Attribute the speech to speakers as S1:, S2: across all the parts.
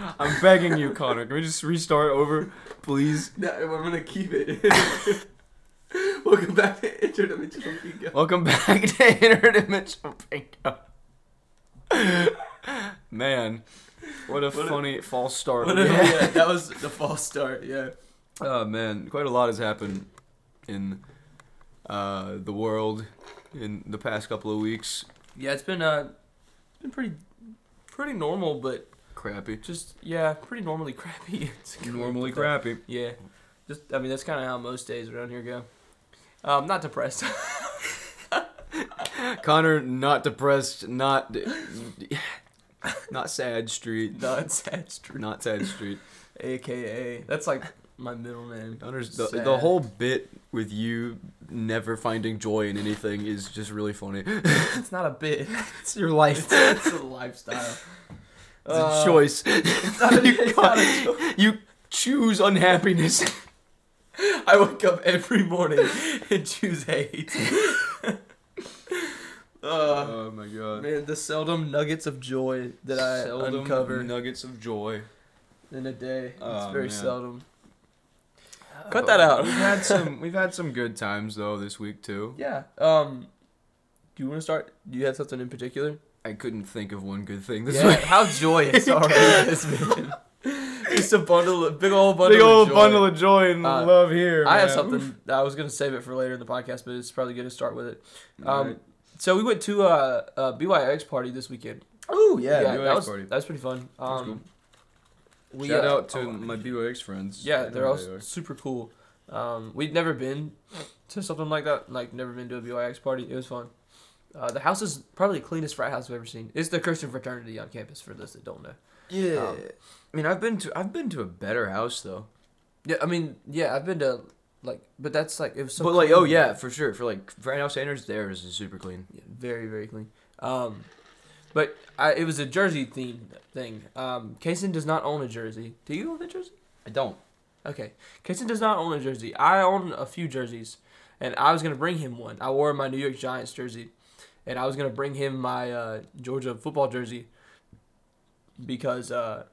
S1: I'm begging you, Connor. Can we just restart over, please?
S2: No, I'm gonna keep it. Welcome back to Intro to Mitchell Pingo.
S1: Welcome back to Interdimensional Bingo. Man, what a
S2: What a-
S1: funny false start.
S2: Whatever, yeah, that was the false start. Yeah.
S1: Oh man, quite a lot has happened in uh, the world in the past couple of weeks.
S2: Yeah, it's been uh, been pretty, pretty normal, but
S1: Crappy.
S2: just yeah, pretty normally crappy. It's good.
S1: Normally crappy.
S2: Yeah. Just I mean that's kind of how most days around here go. Um, not depressed.
S1: Connor, not depressed, not not sad street,
S2: not sad street.
S1: not sad street.
S2: AKA that's like my middle name.
S1: Connor's the, the
S2: Sad.
S1: whole bit with you never finding joy in anything is just really funny.
S2: It's not a bit.
S1: it's your life.
S2: it's a lifestyle.
S1: It's
S2: Uh,
S1: a choice.
S2: It's not a, it's not a choice.
S1: you choose unhappiness.
S2: I wake up every morning and choose hate. uh,
S1: oh my god.
S2: man, the seldom nuggets of joy that I
S1: Seldom
S2: uncover
S1: nuggets of joy.
S2: in a day. It's
S1: Oh,
S2: very
S1: man.
S2: seldom. Uh,
S1: But
S2: Cut that out.
S1: We've had some we've had some good times though this week too.
S2: Yeah. Um, do you want to start? Do you have something in particular?
S1: I couldn't think of one good thing this
S2: yeah.
S1: week.
S2: How joyous already has been. Just a bundle, of, big old bundle.
S1: Big old
S2: of joy.
S1: bundle of joy and
S2: Uh,
S1: love here.
S2: I have
S1: man.
S2: something. I was gonna save it for later in the podcast, but it's probably good to start with it. Um,
S1: Alright.
S2: So we went to uh, a, a BYX party this weekend.
S1: Ooh,
S2: that
S1: BYX
S2: was
S1: party.
S2: that was pretty fun.
S1: was
S2: Um, we,
S1: Shout
S2: uh,
S1: out to
S2: oh,
S1: my BYX friends.
S2: yeah,
S1: I
S2: they're
S1: know
S2: all
S1: they are.
S2: super cool. Um, we'd never been to something like that. Like never been to a BYX party. It was fun. Uh, the house is probably the cleanest frat house I've ever seen. It's the Christian fraternity on campus. For those that don't know.
S1: Yeah.
S2: Um,
S1: I mean, I've been to I've been to a better house though.
S2: Yeah, I mean, yeah, I've been to like, but that's like it was so.
S1: but like,
S2: clean.
S1: oh yeah, for sure. For like, right now Sanders theirs is super clean.
S2: Yeah, very very clean. Um, but I, it was a jersey theme thing. Um, Kaysen does not own a jersey. Do you own a jersey?
S1: I don't.
S2: Okay. Kaysen does not own a jersey. I own a few jerseys, and I was gonna bring him one. I wore my New York Giants jersey, and I was gonna bring him my uh, Georgia football jersey because uh,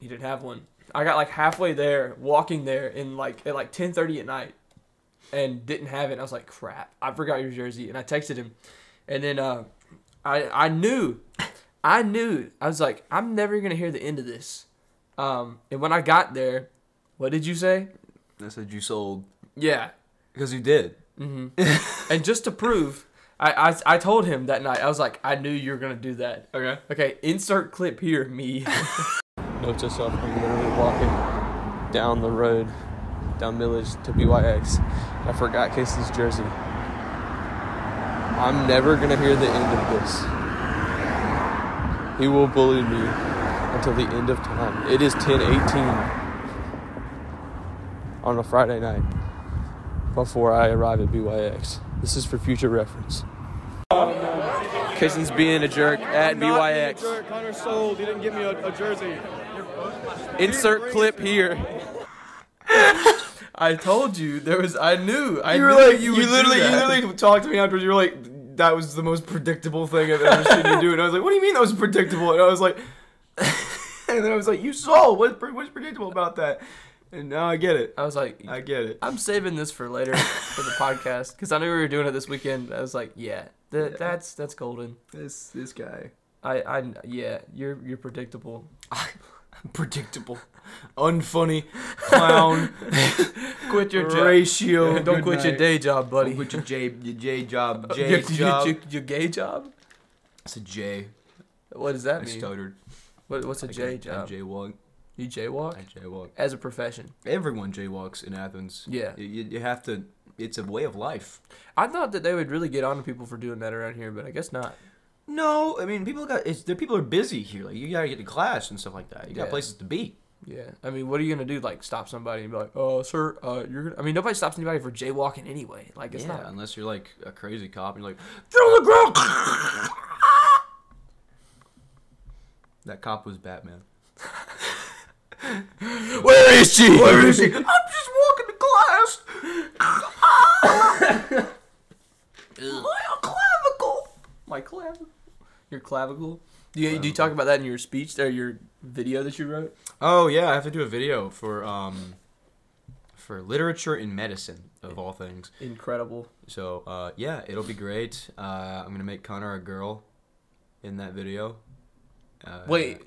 S2: he didn't have one. I got like halfway there, walking there, in like at like ten thirty at night, and didn't have it. I was like, crap, I forgot your jersey, and I texted him, and then uh, I I knew, I knew I was like, I'm never gonna hear the end of this. Um, and when I got there, what did you say?
S1: I said you sold
S2: Yeah.
S1: because you did.
S2: hmm and just to prove, I, I I told him that night. I was like, I knew you were gonna do that.
S1: Okay.
S2: Okay, insert clip here, me. Notes us off from literally walking down the road, down Millage to BYX. I forgot Casey's jersey. I'm never gonna hear the end of this. He will bully me until the end of time. It is 10:18 on a Friday night before I arrive at BYX. This is for future reference. Casey's being a jerk at BYX.
S3: Connor sold. He didn't give me a, a jersey.
S2: Insert clip here. I told you there was. I knew. I
S1: You were like, you, literally, you literally talked to me afterwards. You were like, that was the most predictable thing I've ever seen you do. And I was like, what do you mean that was predictable? And I was like, and then I was like, you sold. What's, pre- what's predictable about that? And now I get it.
S2: I was like,
S1: I get it.
S2: I'm saving this for later for the podcast because I knew we were doing it this weekend. I was like, yeah, th-
S1: Yeah.
S2: that's that's golden.
S1: This this guy,
S2: I, I, yeah, you're you're predictable.
S1: predictable, unfunny, clown,
S2: Quit your job.
S1: ratio.
S2: Don't quit your day job, buddy.
S1: Don't quit your J your J job.
S2: Your-
S1: J
S2: your,
S1: job.
S2: Your, your gay job?
S1: It's a J.
S2: What does
S1: I
S2: that mean?
S1: stuttered.
S2: What, what's a J job?
S1: I jaywalk.
S2: You jaywalk
S1: I jaywalk.
S2: as a profession?
S1: Everyone jaywalks in Athens.
S2: Yeah.
S1: You- You, you have to. It's a way of life.
S2: I thought that they would really get on to people for doing that around here, but I guess not.
S1: No, I mean people got. It's, their people are busy here. Like you gotta get to class and stuff like that. You got
S2: Yeah.
S1: places to be.
S2: Yeah, I mean, what are you gonna do? Like, stop somebody and be like, "Oh, sir, uh, you're." Gonna... I mean, nobody stops anybody for jaywalking anyway. Like, it's
S1: yeah,
S2: not.
S1: unless you're like a crazy cop and you're like, get on the ground. that cop was Batman.
S2: Where is she?
S1: Where is he? I'm just walking to class. My clavicle.
S2: My clavicle. Your clavicle. Do you, do you talk about that in your speech or your video that you wrote?
S1: Oh yeah, I have to do a video for um, for literature and medicine of all things.
S2: Incredible.
S1: So uh, yeah, it'll be great. Uh, I'm gonna make Connor a girl in that video. Uh,
S2: Wait,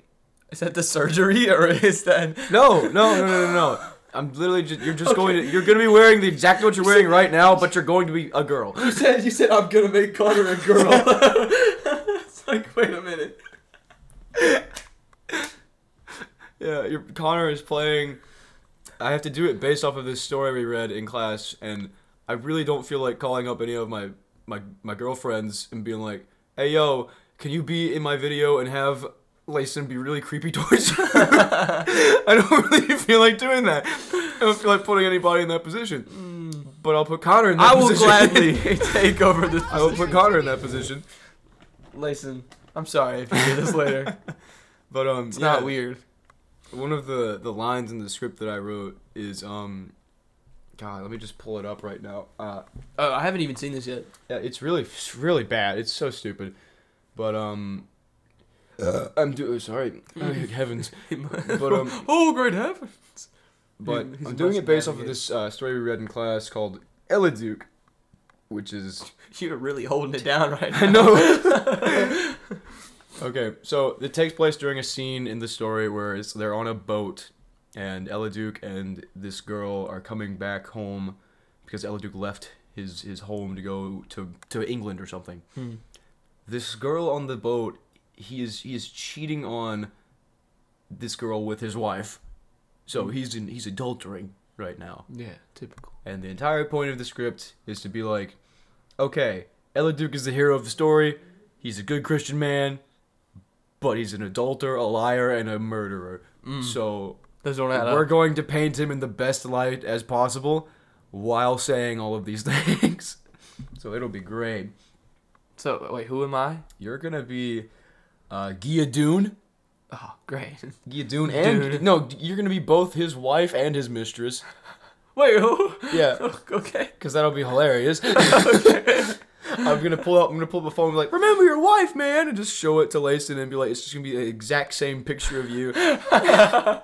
S2: is that the surgery or is that?
S1: No, no, no, no, no, no. I'm literally just you're just going to you're gonna be wearing the exactly what you're wearing right now, but you're going to be a girl.
S2: You said you said I'm gonna make Connor a girl. it's like wait a minute.
S1: Yeah, your Connor is playing. I have to do it based off of this story we read in class, and I really don't feel like calling up any of my my my girlfriends and being like, "Hey, yo, can you be in my video and have Layson be really creepy towards her?" I don't really feel like doing that. I don't feel like putting anybody in that position. But I'll put Connor in that
S2: Mm. I will
S1: position.
S2: gladly take over this.
S1: I will put Connor in that position.
S2: Listen, I'm sorry if you hear this later.
S1: But um,
S2: It's
S1: yeah,
S2: not weird.
S1: One of the the lines in the script that I wrote is um, God, let me just pull it up right now. Uh,
S2: Oh, I haven't even seen this yet.
S1: yeah, it's really it's really bad. It's so stupid, but um, I'm do sorry, Oh, heavens, but um,
S2: oh, great heaven!
S1: but
S2: He's
S1: I'm doing it
S2: busting
S1: based
S2: out
S1: off
S2: of
S1: of
S2: it.
S1: this uh, story we read in class called Ella Duke, which is
S2: You're really holding it down right
S1: I
S2: now.
S1: know. okay, so it takes place during a scene in the story where it's, they're on a boat, and Ella Duke and this girl are coming back home because Ella Duke left his, his home to go to, to England or something.
S2: Hmm.
S1: This girl on the boat, he is he is cheating on this girl with his wife, so he's in, he's adultering right now.
S2: Yeah, typical.
S1: And the entire point of the script is to be like, okay, Ella Duke is the hero of the story. He's a good Christian man, but he's an adulterer, a liar, and a murderer. So
S2: Those don't add
S1: we're
S2: up.
S1: going to paint him in the best light as possible while saying all of these things. so it'll be great.
S2: So wait, who am I?
S1: You're going to be uh, Guilladun.
S2: Oh, great.
S1: Guilladun and...
S2: Dude.
S1: No, you're going to be both his wife and his mistress.
S2: Wait, who? Oh,
S1: Yeah.
S2: okay.
S1: because that'll be hilarious. I'm gonna pull up. I'm gonna pull up a phone. And be like, remember your wife, man, and just show it to Layson and be like, it's just gonna be the exact same picture of you, but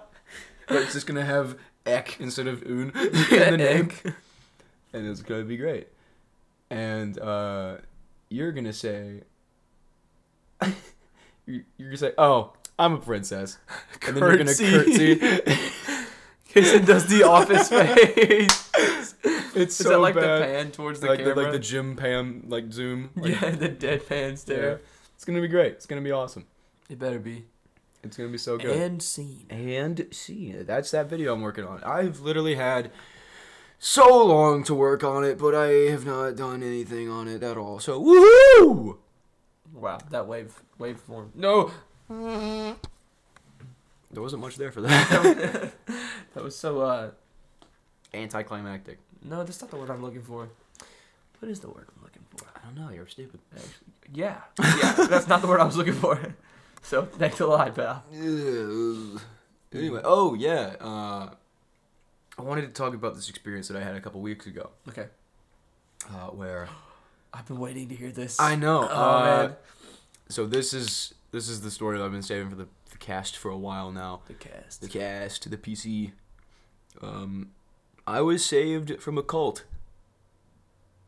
S1: it's just gonna have Ek instead of Un in the name, and it's gonna be great. And uh, you're gonna say, you- you're gonna say, oh, I'm a princess, and then you're gonna
S2: Curtsy.
S1: curtsy.
S2: Jason does the office face.
S1: It's
S2: Is
S1: so
S2: that like
S1: bad.
S2: the pan towards the
S1: like
S2: camera?
S1: the like the Jim Pam like Zoom. like,
S2: yeah, the deadpan stare.
S1: It's gonna be great. It's gonna be awesome.
S2: It better be.
S1: It's gonna be so good.
S2: And scene.
S1: And, see, that's that video I'm working on. I've literally had so long to work on it, but I have not done anything on it at all. So woohoo!
S2: Wow, that wave waveform. No,
S1: There wasn't much there for that.
S2: that was so. uh
S1: Anticlimactic.
S2: No, that's not the word I'm looking for. What is the word I'm looking for?
S1: I don't know. You're stupid.
S2: Yeah, yeah, that's not the word I was looking for. So thanks a lot, pal.
S1: Ugh. anyway, oh yeah. Uh, I wanted to talk about this experience that I had a couple weeks ago,
S2: Okay,
S1: uh, where
S2: I've been waiting to hear this.
S1: I know.
S2: Oh
S1: uh,
S2: man,
S1: So this is this is the story that I've been saving for the, the cast for a while now.
S2: the cast.
S1: The cast, the PC. Um, I was saved from a cult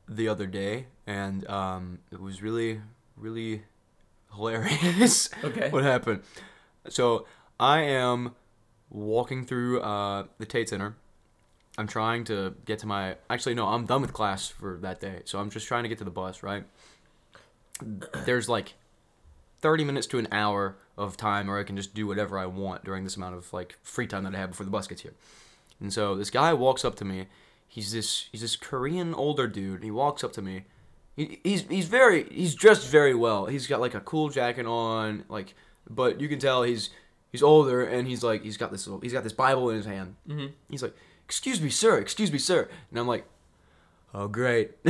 S1: the other day, and um, it was really, really hilarious.
S2: Okay.
S1: what happened? So I am walking through uh, the Tate Center. I'm trying to get to my. Actually, no, I'm done with class for that day, so I'm just trying to get to the bus. Right? There's like 30 minutes to an hour of time where I can just do whatever I want during this amount of like free time that I have before the bus gets here. And so this guy walks up to me. He's this he's this Korean older dude. He walks up to me. He, he's he's very he's dressed very well. He's got like a cool jacket on, like but you can tell he's he's older and he's like he's got this little, he's got this Bible in his hand. Mm-hmm. He's like, "Excuse me, sir. Excuse me, sir." And I'm like, "Oh, great.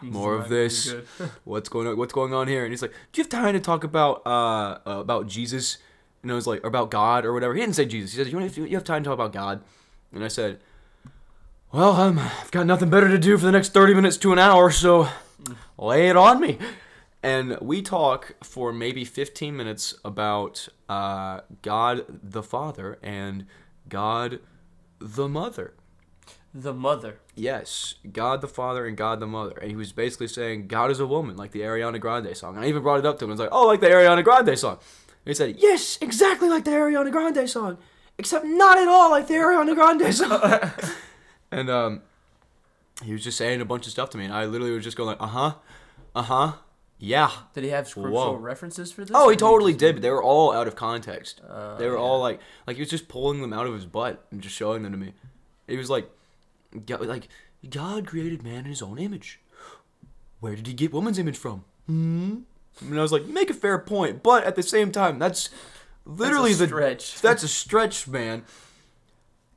S1: More of
S2: might be
S1: this."
S2: good.
S1: what's going on what's going on here and he's like do you have time to talk about uh uh, about jesus and i was like or about god or whatever he didn't say jesus he said you, wanna- you have time to talk about god and i said well um, i i've got nothing better to do for the next 30 minutes to an hour so lay it on me and we talk for maybe 15 minutes about uh, God the Father and God the Mother.
S2: The mother.
S1: Yes, God the Father and God the Mother. And he was basically saying, God is a woman, like the Ariana Grande song. And I even brought it up to him. I was like, oh, like the Ariana Grande song. And he said, yes, exactly like the Ariana Grande song, except not at all like the Ariana Grande song. and um, he was just saying a bunch of stuff to me. And I literally was just going like, uh-huh, uh-huh, yeah.
S2: Did he have scriptural
S1: Whoa.
S2: references for this?
S1: Oh,
S2: or
S1: he
S2: did
S1: totally
S2: just-
S1: did, but they were all out of context.
S2: Uh,
S1: they were all like, like he was just pulling them out of his butt and just showing them to me. He was like, God, like God created man in His own image. Where did He get woman's image from? Hmm. And I was like, you make a fair point, but at the same time, that's literally the
S2: stretch.
S1: That's a stretch, man.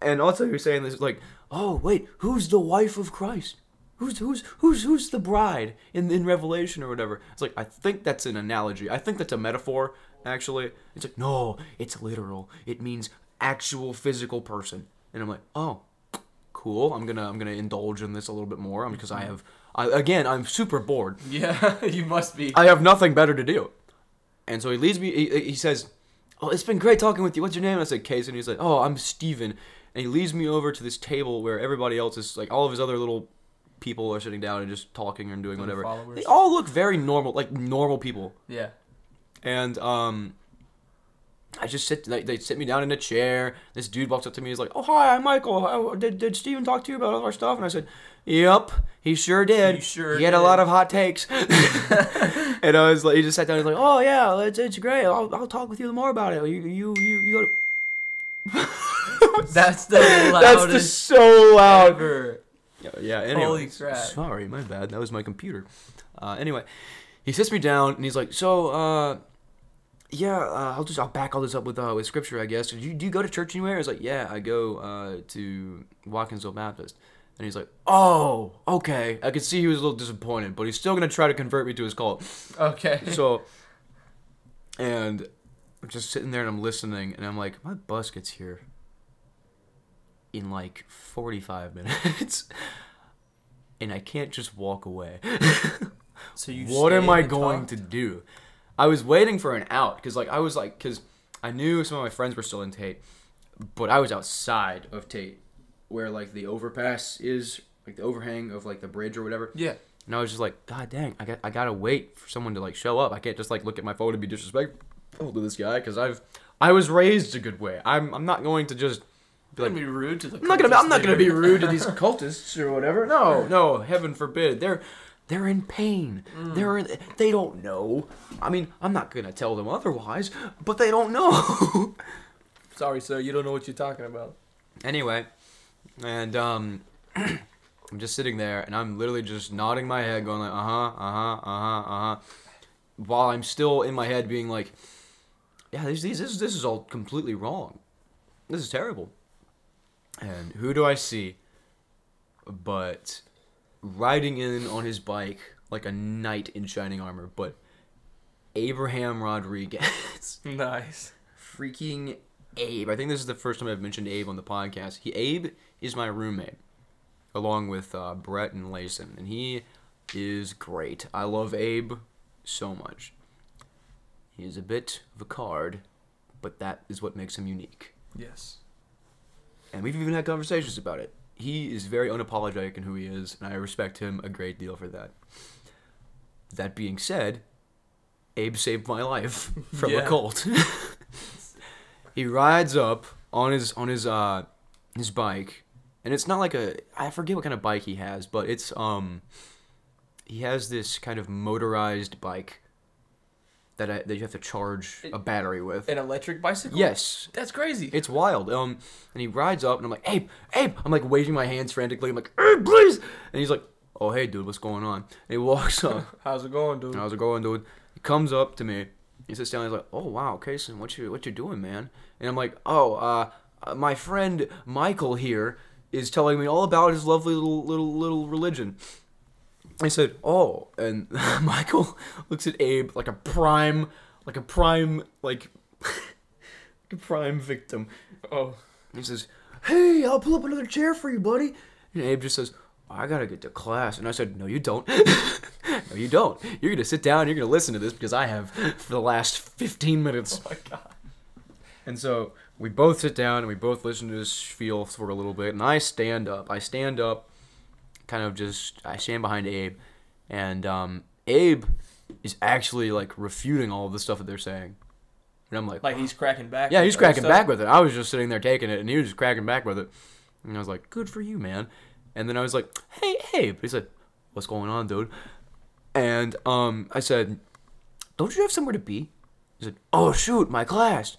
S1: And also, he was saying this like, oh wait, who's the wife of Christ? Who's who's who's who's the bride in in Revelation or whatever? It's like I think that's an analogy. I think that's a metaphor. Actually, it's like no, it's literal. It means actual physical person. And I'm like, oh, cool. I'm gonna I'm gonna indulge in this a little bit more because I have I, again I'm super bored.
S2: Yeah, you must be.
S1: I have nothing better to do. And so he leads me. He, he says, "Oh, it's been great talking with you. What's your name?" And I said, "Case." And he's like, "Oh, I'm Steven. And he leads me over to this table where everybody else is like all of his other little people are sitting down and just talking and doing
S2: Little
S1: whatever.
S2: followers.
S1: They all look very normal, like normal people.
S2: Yeah.
S1: And um, I just sit. Like, they sit me down in a chair. This dude walks up to me. He's like, "Oh, hi, I'm Michael. How, did did Steven talk to you about all our stuff?" And I said, "Yep, he sure did.
S2: He sure
S1: He had a lot
S2: did."
S1: of hot takes." and I was like, he just sat down. He's like, "Oh yeah, it's, it's great. I'll, I'll talk with you more about it. You you you you." Gotta...
S2: That's the
S1: That's the
S2: loudest
S1: so loud.
S2: ever.
S1: Yeah, yeah anyway.
S2: Holy crap.
S1: Sorry, my bad. That was my computer. Uh, anyway, he sits me down and he's like, "So, uh, yeah, uh, I'll just I'll back all this up with uh, with scripture, I guess. Do you, do you go to church anywhere?" I was like, "Yeah, I go uh, to Watkinsville Baptist." And he's like, "Oh, okay." I could see he was a little disappointed, but he's still gonna try to convert me to his cult
S2: Okay.
S1: so and I'm just sitting there and I'm listening and I'm like, my bus gets here in like 45 minutes and I can't just walk away.
S2: So you.
S1: what am
S2: stayed
S1: I
S2: and
S1: going
S2: talked?
S1: to do? I was waiting for an out cuz like I was like cuz I knew some of my friends were still in Tate, but I was outside of Tate where like the overpass is like the overhang of like the bridge or whatever.
S2: Yeah.
S1: And I was just like, God dang, I got I gotta wait for someone to like show up. I can't just like look at my phone and be disrespectful to this guy because I've I was raised a good way. I'm I'm not going to just be
S2: I'm
S1: like
S2: gonna be rude to the.
S1: I'm not gonna I'm
S2: cultists
S1: not gonna be
S2: later.
S1: rude to these cultists or whatever. No, no, heaven forbid. They're they're in pain. They're in, they don't know. I mean, I'm not gonna tell them otherwise, but they don't know.
S2: Sorry, sir. You don't know what you're talking about.
S1: Anyway, and um, I'm just sitting there, and I'm literally just nodding my head, going like, uh huh, uh huh, uh huh, uh huh, while I'm still in my head being like, yeah, this this this, this is all completely wrong. This is terrible. And who do I see? But riding in on his bike like a knight in shining armor, but Abraham Rodriguez
S2: Nice.
S1: freaking Abe. I think this is the first time I've mentioned Abe on the podcast. He Abe is my roommate, along with uh, Brett and Layson, and he is great. I love Abe so much. He is a bit of a card, but that is what makes him unique.
S2: Yes.
S1: And we've even had conversations about it. He is very unapologetic in who he is, and I respect him a great deal for that. That being said, Abe saved my life from
S2: Yeah.
S1: a cult. he rides up on his on his uh his bike, and it's not like a I forget what kind of bike he has, but it's um he has this kind of motorized bike that I, that you have to charge a battery with.
S2: An electric bicycle.
S1: yes,
S2: That's crazy.
S1: it's wild. Um, and he rides up, and I'm like, Abe, Abe. I'm like waving my hands frantically. I'm like, Abe, please. And he's like, Oh, hey, dude, what's going on? And he walks up.
S2: How's it going, dude?
S1: and I was like, going, dude. He comes up to me. He sits down. He's like, Oh, wow, Kason, what you what you doing, man? And I'm like, Oh, uh, uh, my friend Michael here is telling me all about his lovely little little little religion. I said, "Oh," and Michael looks at Abe like a prime, like a prime, like, like a prime victim.
S2: Oh.
S1: He says, "Hey, I'll pull up another chair for you, buddy." And Abe just says, "I gotta get to class." And I said, "No, you don't. No, you don't. You're gonna sit down. You're gonna listen to this because I have for the last 15 minutes.
S4: my god.
S1: Oh And so we both sit down and we both listen to this spiel for a little bit. And I stand up. I stand up, kind of just I stand behind Abe, and um, Abe is actually like refuting all of the stuff that they're saying. And I'm like,
S2: Like he's cracking back.
S1: yeah, he's
S2: with
S1: cracking
S2: stuff.
S1: back with it. I was just sitting there taking it, and he was just cracking back with it. And I was like, good for you, man. And then I was like, hey, hey. But he said, what's going on, dude? And um, I said, don't you have somewhere to be? He said, oh, shoot, my class.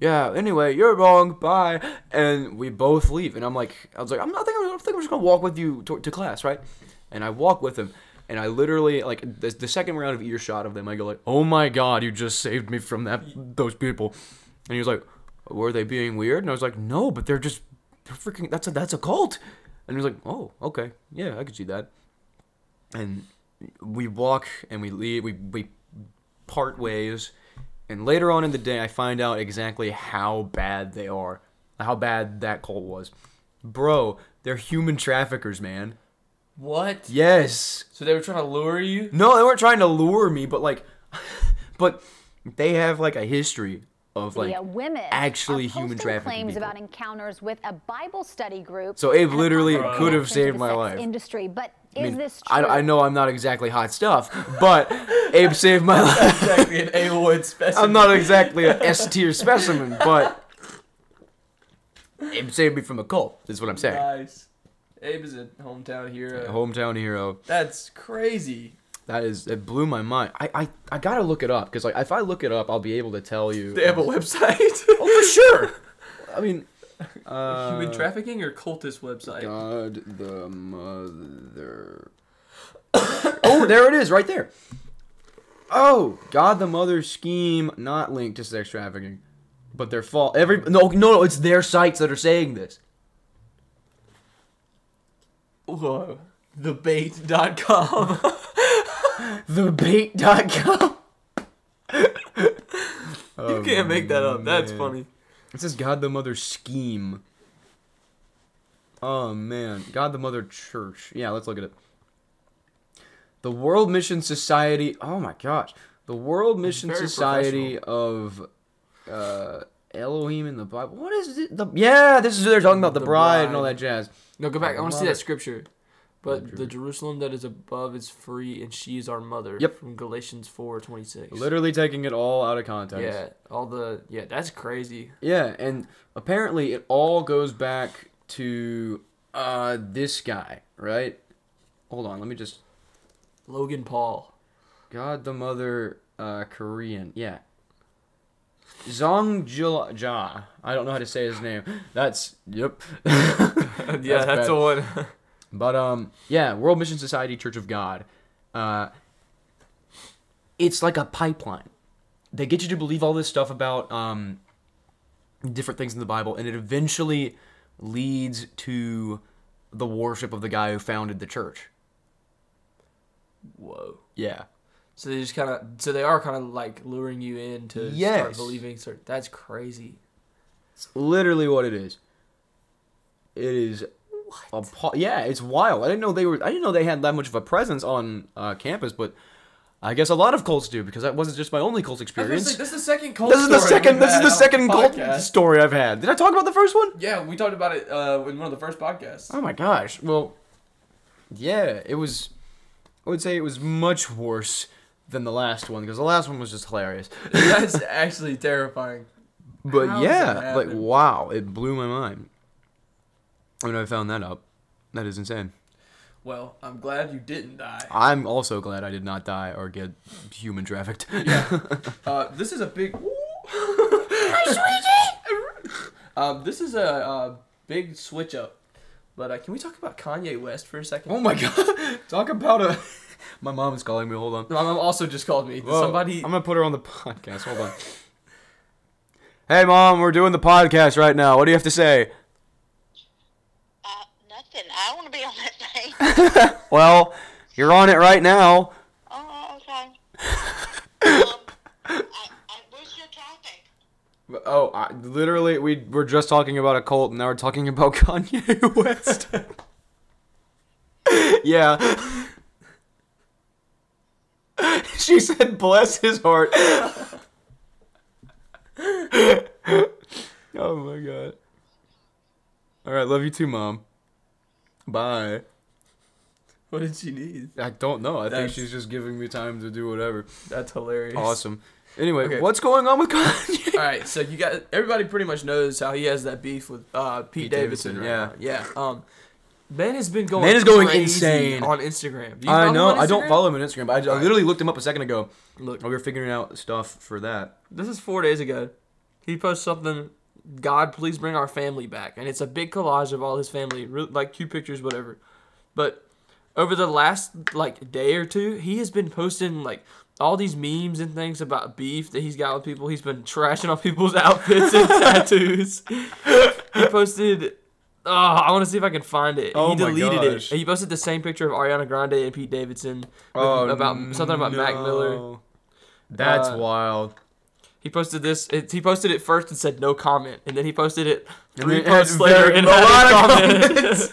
S1: Yeah, anyway, you're wrong. Bye. And we both leave. And I'm like, I was like, I'm not I think I'm, I think I'm just going to walk with you to, to class, right? And I walk with him. And I literally, like, the, the second round of earshot of them, I go like, oh, my God, you just saved me from that those people. And he was like, were they being weird? And I was like, no, but they're just, they're freaking, that's a, that's a cult. And he was like, oh, okay. Yeah, I could see that and we walk and we leave we, we part ways and later on in the day i find out exactly how bad they are how bad that cult was bro they're human traffickers man
S2: What?
S1: yes
S2: So they were trying to lure you.
S1: no they weren't trying to lure me but like but they have like a history of like
S5: Media women
S1: actually
S5: are
S1: human
S5: posting
S1: trafficking
S5: claims
S1: people.
S5: about encounters with a Bible study group.
S1: So Abe
S5: and a
S1: literally
S5: possible
S1: could have
S5: connection to
S1: saved
S5: the
S1: my
S5: sex
S1: life.
S5: Industry, but
S1: I,
S5: is
S1: mean,
S5: this true?
S1: I, I know i'm not exactly hot stuff but abe saved my life
S2: Exactly, an Aloid specimen.
S1: I'm not exactly an S tier specimen, but it saved me from a cult. Is what I'm saying.
S2: Nice. Abe is a hometown hero.
S1: Hometown hero.
S2: That's crazy.
S1: That is. It blew my mind. I I, I gotta look it up because like if I look it up, I'll be able to tell you.
S2: They have a website.
S1: oh, for sure. I mean, uh,
S2: Human trafficking or cultist website?
S1: God the mother. oh, there it is, right there. Oh, God the mother scheme not linked to sex trafficking, but their fault. Every no, no, no, it's their sites that are saying this.
S2: Whoa. Thebait.com.
S1: TheBait.com.
S2: you can't make that up. That's
S1: Oh, man.
S2: funny.
S1: It says God the Mother Scheme. Oh man, God the Mother Church. Yeah, let's look at it. The World Mission Society. Oh my gosh, the World Mission
S2: very
S1: Society of uh, Elohim in the Bible. What is it? The, yeah, this is who they're talking about. The,
S2: The
S1: bride, and
S2: bride.
S1: all that jazz.
S2: No, go back. I want to see
S1: Mother.
S2: that scripture. But the Jerusalem that is above is free, and she is our mother.
S1: Yep.
S2: From Galatians four twenty six.
S1: Literally taking it all out of context.
S2: Yeah. All the yeah. That's crazy.
S1: Yeah, and apparently it all goes back to uh this guy, right? Hold on, let me just
S2: Logan Paul.
S1: God the mother uh Korean. Yeah. Zong Jil Ja. I don't know how to say his name. That's yep.
S2: yeah,
S1: That's
S2: that's
S1: bad.
S2: the one.
S1: But um yeah, World Mission Society Church of God. Uh it's like a pipeline. They get you to believe all this stuff about um different things in the Bible and it eventually leads to the worship of the guy who founded the church.
S2: Whoa.
S1: Yeah.
S2: So they just kind of, so they are kind of like luring you in to start
S1: Yes.
S2: believing. Certain, that's crazy.
S1: It's literally what it is. It is a po- yeah, it's wild. I didn't know they were I didn't know they had that much of a presence on uh, campus, but I guess a lot of cults do because that wasn't just my only cult experience.
S2: This is the second cult.
S1: This is the second. This is the second cult
S2: podcast.
S1: story I've had. Did I talk about the first one?
S2: Yeah, we talked about it uh, in one of the first podcasts.
S1: Oh my gosh. Well, yeah, it was. I would say it was much worse than the last one because the last one was just hilarious.
S2: That's actually terrifying.
S1: But
S2: How does that
S1: yeah, like
S2: happen?
S1: wow, it blew my mind. When I found that out, that is insane.
S2: Well, I'm glad you didn't die.
S1: I'm also glad I did not die or get human trafficked.
S2: Uh, this is a big. um, this is a, uh big switch up. But uh, can we talk about Kanye West for a second?
S1: oh my god. Talk about a. My mom is calling me. Hold on.
S2: My mom also just called me. Did
S1: Whoa,
S2: Somebody.
S1: I'm gonna put her on the podcast. Hold on. hey mom, we're doing the podcast right now. What do you have to say?
S6: Uh, nothing. I don't want to be on that thing.
S1: Well, you're on it right now.
S6: oh, okay. Um, I, I, where's your topic?
S1: Oh, I, literally, we were just talking about a cult, and now we're talking about Kanye West. yeah.
S4: she said, "Bless his heart." oh my god. All right, love you too, mom. Bye.
S2: What did she need?
S1: I don't know. I think
S2: That's-
S1: she's just giving me time to do whatever.
S2: That's hilarious.
S1: Awesome. Anyway,
S2: Okay.
S1: what's going on with Kanye?
S2: All right, so you got everybody pretty much knows how he has that beef with uh, Pete,
S1: Pete
S2: Davidson.
S1: Davidson,
S2: yeah, yeah. Um, man has been going.
S1: Man is going
S2: crazy
S1: insane.
S2: on Instagram. Do you follow
S1: I
S2: him
S1: know.
S2: on
S1: I don't
S2: Instagram?
S1: follow him on Instagram. But I, ju- I
S2: Alright.
S1: literally looked him up a second ago.
S2: Look,
S1: We were figuring out stuff for that.
S2: this is four days ago. He posts something. God, please bring our family back, and it's a big collage of all his family, re- like cute pictures, whatever. But over the last like day or two, he has been posting like all these memes and things about beef that he's got with people. He's been trashing on people's outfits and tattoos. He posted. Oh, I want to see if I can find it.
S1: Oh
S2: he
S1: my
S2: deleted it.
S1: gosh.
S2: He posted the same picture of Ariana Grande and Pete Davidson with-
S1: Oh,
S2: about something about Mac Miller.
S1: That's
S2: Uh,
S1: wild.
S2: He posted this. It, he posted it first and said no comment, and then he posted it
S1: then
S2: three
S1: it
S2: posts
S1: had
S2: later
S1: very-
S2: and
S1: a
S2: had
S1: lot of
S2: a comment.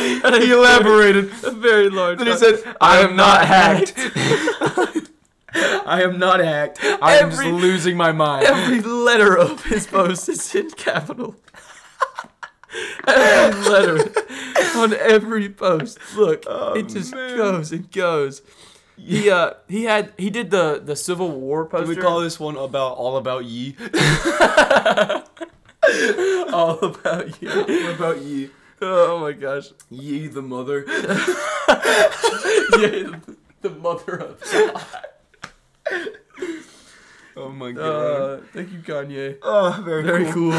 S1: He elaborated.
S2: a very large.
S1: Then he
S2: comment.
S1: said, "I am not hacked. I am not hacked. I am just
S2: Every-
S1: losing my mind."
S2: Every letter of his post is in capital. every letter on every post. Look,
S1: Oh,
S2: it just goes and goes. He uh he had he did the the Civil War poster.
S1: Can we call this one about all about ye?
S2: all about you.
S1: about ye?
S2: oh my gosh.
S1: Ye the mother.
S2: Yeah, the mother of.
S1: Oh my god.
S2: Uh, thank you, Kanye.
S4: Oh, very,
S2: Very cool.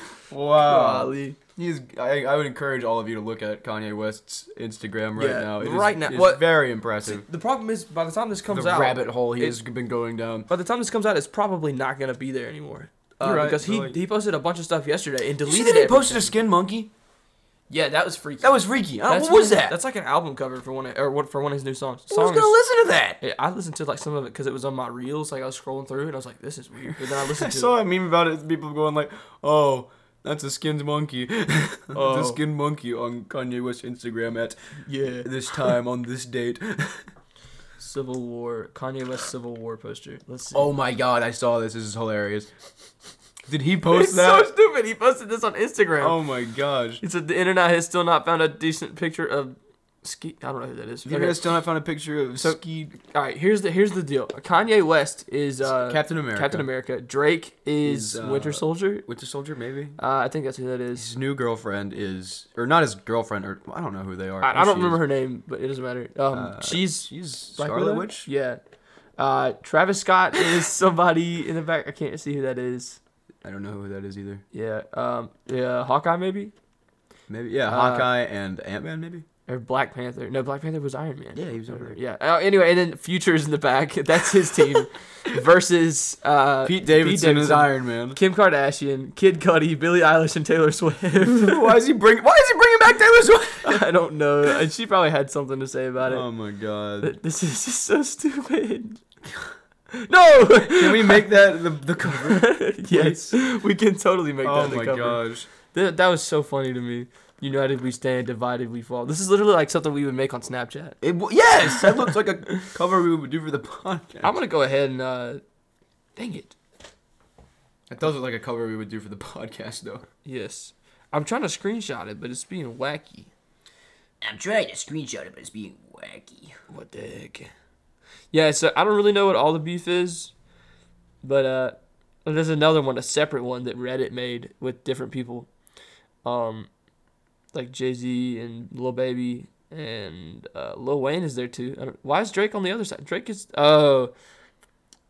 S1: wow.
S2: Golly.
S1: He's. I, I would encourage all of you to look at Kanye West's Instagram right
S2: Yeah,
S1: now.
S2: right now-
S1: It's
S2: what-
S1: very impressive.
S2: The problem is, by the time this comes
S1: the
S2: out,
S1: rabbit hole he
S2: it-
S1: has been going down.
S2: by the time this comes out, it's probably not gonna be there anymore. Uh,
S1: You're right,
S2: because he
S1: but like-
S2: he posted a bunch of stuff yesterday and
S1: You
S2: deleted
S1: see that he posted a
S2: everything.
S1: skin monkey?
S2: Yeah, that was freaky.
S1: That was freaky. I-
S2: That's
S1: what was
S2: one-
S1: that?
S2: That's like an album cover for one of, or one, for one of his new songs.
S1: I was
S2: Songs.
S1: gonna listen to that.
S2: Yeah, I listened to like some of it because it was on my reels. Like I was scrolling through and I was like, "This is weird." But then I listened
S4: I
S2: to
S4: saw
S2: it.
S4: a meme about it. People going like, "Oh, that's a skinned monkey. oh.
S2: Oh.
S4: That's a skinned monkey on Kanye West Instagram at
S2: Yeah.
S4: this time on this date."
S2: Civil War, Kanye West Civil War poster. Let's see.
S1: Oh my god, I saw this. This is hilarious.
S4: Did he post
S2: it's
S4: that?
S2: so stupid. He posted this on Instagram.
S4: oh my gosh.
S2: He said the internet has still not found a decent picture of ski. I don't know who that is.
S4: You
S2: Okay.
S4: guys still not found a picture of Ski
S2: All right, here's the here's the deal. Kanye West is uh,
S1: Captain America.
S2: Captain America. Drake is,
S1: Is, uh,
S2: Winter Soldier.
S1: Winter Soldier, maybe.
S2: Uh, I think that's who that is.
S1: His new girlfriend is, or not his girlfriend, or I don't know who they are.
S2: I, I don't remember her name, but it doesn't matter. Um, she's
S1: She's
S2: Black
S1: Uh, Scarlet
S2: Widow?
S1: Witch.
S2: Yeah. Uh, Travis Scott is somebody in the back. I can't see who that is.
S1: I don't know who that is either.
S2: Yeah. Um. Yeah. Hawkeye maybe
S1: Maybe yeah,
S2: Uh,
S1: Hawkeye and Ant Man maybe.
S2: or Black Panther. No, Black Panther was Iron Man.
S1: Yeah, he was Iron Man.
S2: Yeah. Uh, anyway, and then Future's in the back. That's his team versus uh,
S1: Pete Davidson, is Iron Man.
S2: Kim Kardashian, Kid Cudi, Billie Eilish, and Taylor Swift.
S1: why is he bring? Why is he bringing back Taylor Swift?
S2: I don't know. And she probably had something to say about it.
S1: oh my god.
S2: But this is just so stupid. no.
S1: Can we make that the, the cover?
S2: yes, we can totally make
S1: oh
S2: that the
S1: my
S2: cover.
S1: gosh.
S2: Th- that was so funny to me. United we stand, divided we fall. This is literally like something we would make on Snapchat.
S1: It, w- yes, that looks like a cover we would do for the podcast.
S2: I'm gonna go ahead and uh, dang it.
S1: That does look like a cover we would do for the podcast though.
S2: Yes, I'm trying to screenshot it, but it's being wacky.
S7: I'm trying to screenshot it, but it's being wacky.
S2: What the heck? Yeah, so I don't really know what all the beef is, but uh, there's another one, a separate one that Reddit made with different people, um, like Jay Z and Lil Baby and uh, Lil Wayne is there too. I don't, why is Drake on the other side? Drake is oh,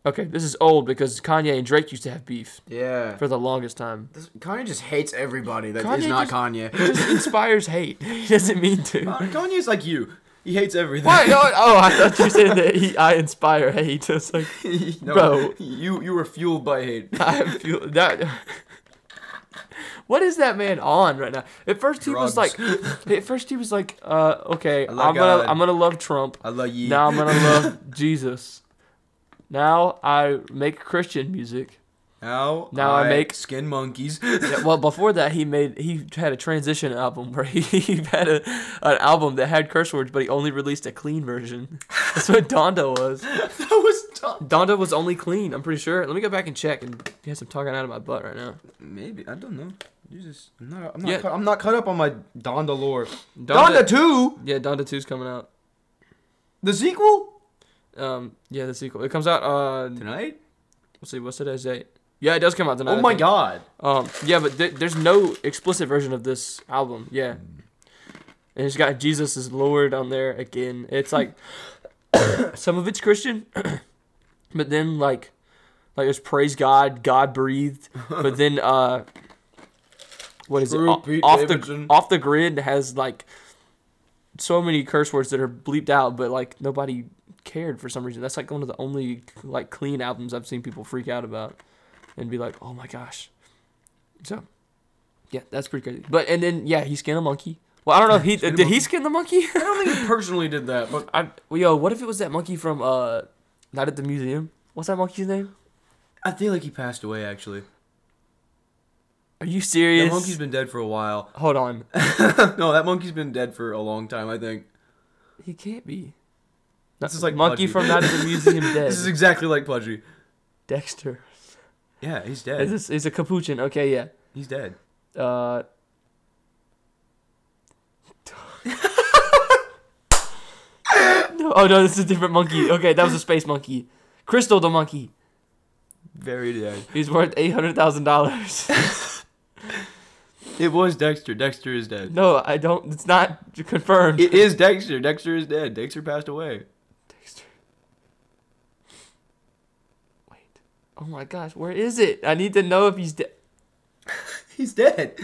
S2: okay. This is old because Kanye and Drake used to have beef
S1: Yeah.
S2: for the longest time.
S1: This, Kanye just hates everybody That is
S2: Kanye
S1: not
S2: just- It
S1: Kanye.
S2: just inspires hate. He doesn't mean to.
S1: Kanye's like you. He hates everything.
S2: Why? No, oh, I thought you said that he, I inspire hate. I was like,
S1: No,
S2: Bro.
S1: You you were fueled by hate.
S2: I feel that. What is that man on right now? At first he was like,
S1: Drugs.
S2: at first he was like, uh, okay, I'm
S1: love
S2: gonna
S1: God.
S2: I'm gonna love Trump.
S1: I love you.
S2: Now I'm gonna love Jesus. Now I make Christian music.
S1: Now,
S2: Now I make-
S1: skin monkeys.
S2: Yeah, well, before that he made he had a transition album where he, he had a an album that had curse words, but he only released a clean version. That's what Donda was.
S4: That was dumb.
S2: Donda was only clean. I'm pretty sure. Let me go back and check. And yes, I'm talking out of my butt right now.
S1: Maybe I don't know. You just I'm not. I'm not,
S2: Yeah.
S1: cut, I'm not caught up on my Donda lore.
S2: Donda-
S1: Donda, two,
S2: Yeah, Donda 2's coming out.
S1: the sequel
S2: Um, yeah, the sequel. It comes out. Uh,
S1: tonight.
S2: let's see. What's today's date? Yeah, it does come out tonight.
S1: Oh
S2: I
S1: my
S2: think.
S1: god.
S2: Um, yeah, but th- there's no explicit version of this album. Yeah, and it's got Jesus is Lord on there again. It's like some of it's Christian, but then like like there's praise God, God breathed, but then uh, what is it?
S1: Screw
S2: O-
S1: Pete
S2: off the
S1: Davidson.
S2: off the grid has like so many curse words that are bleeped out, but like nobody cared for some reason. That's like one of the only like clean albums I've seen people freak out about and be like, oh my gosh. So, yeah, that's pretty crazy. But and then yeah, he skinned a monkey. Well, I don't know if he did. He skin the monkey.
S1: I don't think he personally did that, but
S2: I, well, yo, what if it was that monkey from uh, Night at the Museum? What's that monkey's name?
S1: I feel like he passed away. Actually,
S2: Are you
S1: that
S2: serious?
S1: monkey's been dead for a while.
S2: Hold on,
S1: no, that monkey's been dead for a long time. I think
S2: he can't be.
S1: This is like
S2: monkey
S1: Pudgy.
S2: from Night at the Museum dead.
S1: this is exactly like Pudgy.
S2: Dexter.
S1: Yeah, he's
S2: Is
S1: dead.
S2: this is a capuchin? Okay, yeah.
S1: He's dead.
S2: Uh, no, oh no, this is a different monkey. Okay, that was a space monkey. Crystal the monkey.
S1: Very dead.
S2: He's worth eight hundred thousand dollars.
S1: It was Dexter. Dexter is dead.
S2: no, I don't. It's not confirmed.
S1: It is Dexter. Dexter is dead. Dexter passed away.
S2: Dexter. Wait. Oh my gosh, where is it? I need to know if he's dead.
S1: He's dead.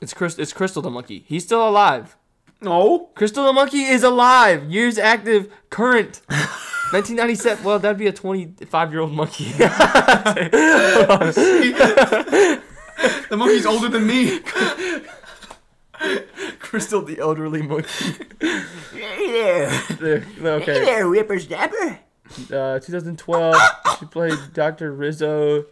S2: It's Chris. It's Crystal the monkey. He's still alive.
S1: No.
S2: Crystal the monkey is alive. Years active. Current. 1997. Well, that'd be a 25 year old monkey.
S1: The monkey's older than me.
S2: Crystal the elderly monkey.
S7: Yeah.
S2: okay.
S7: Yeah, whippersnapper.
S2: uh, 2012. she played Dr. Rizzo.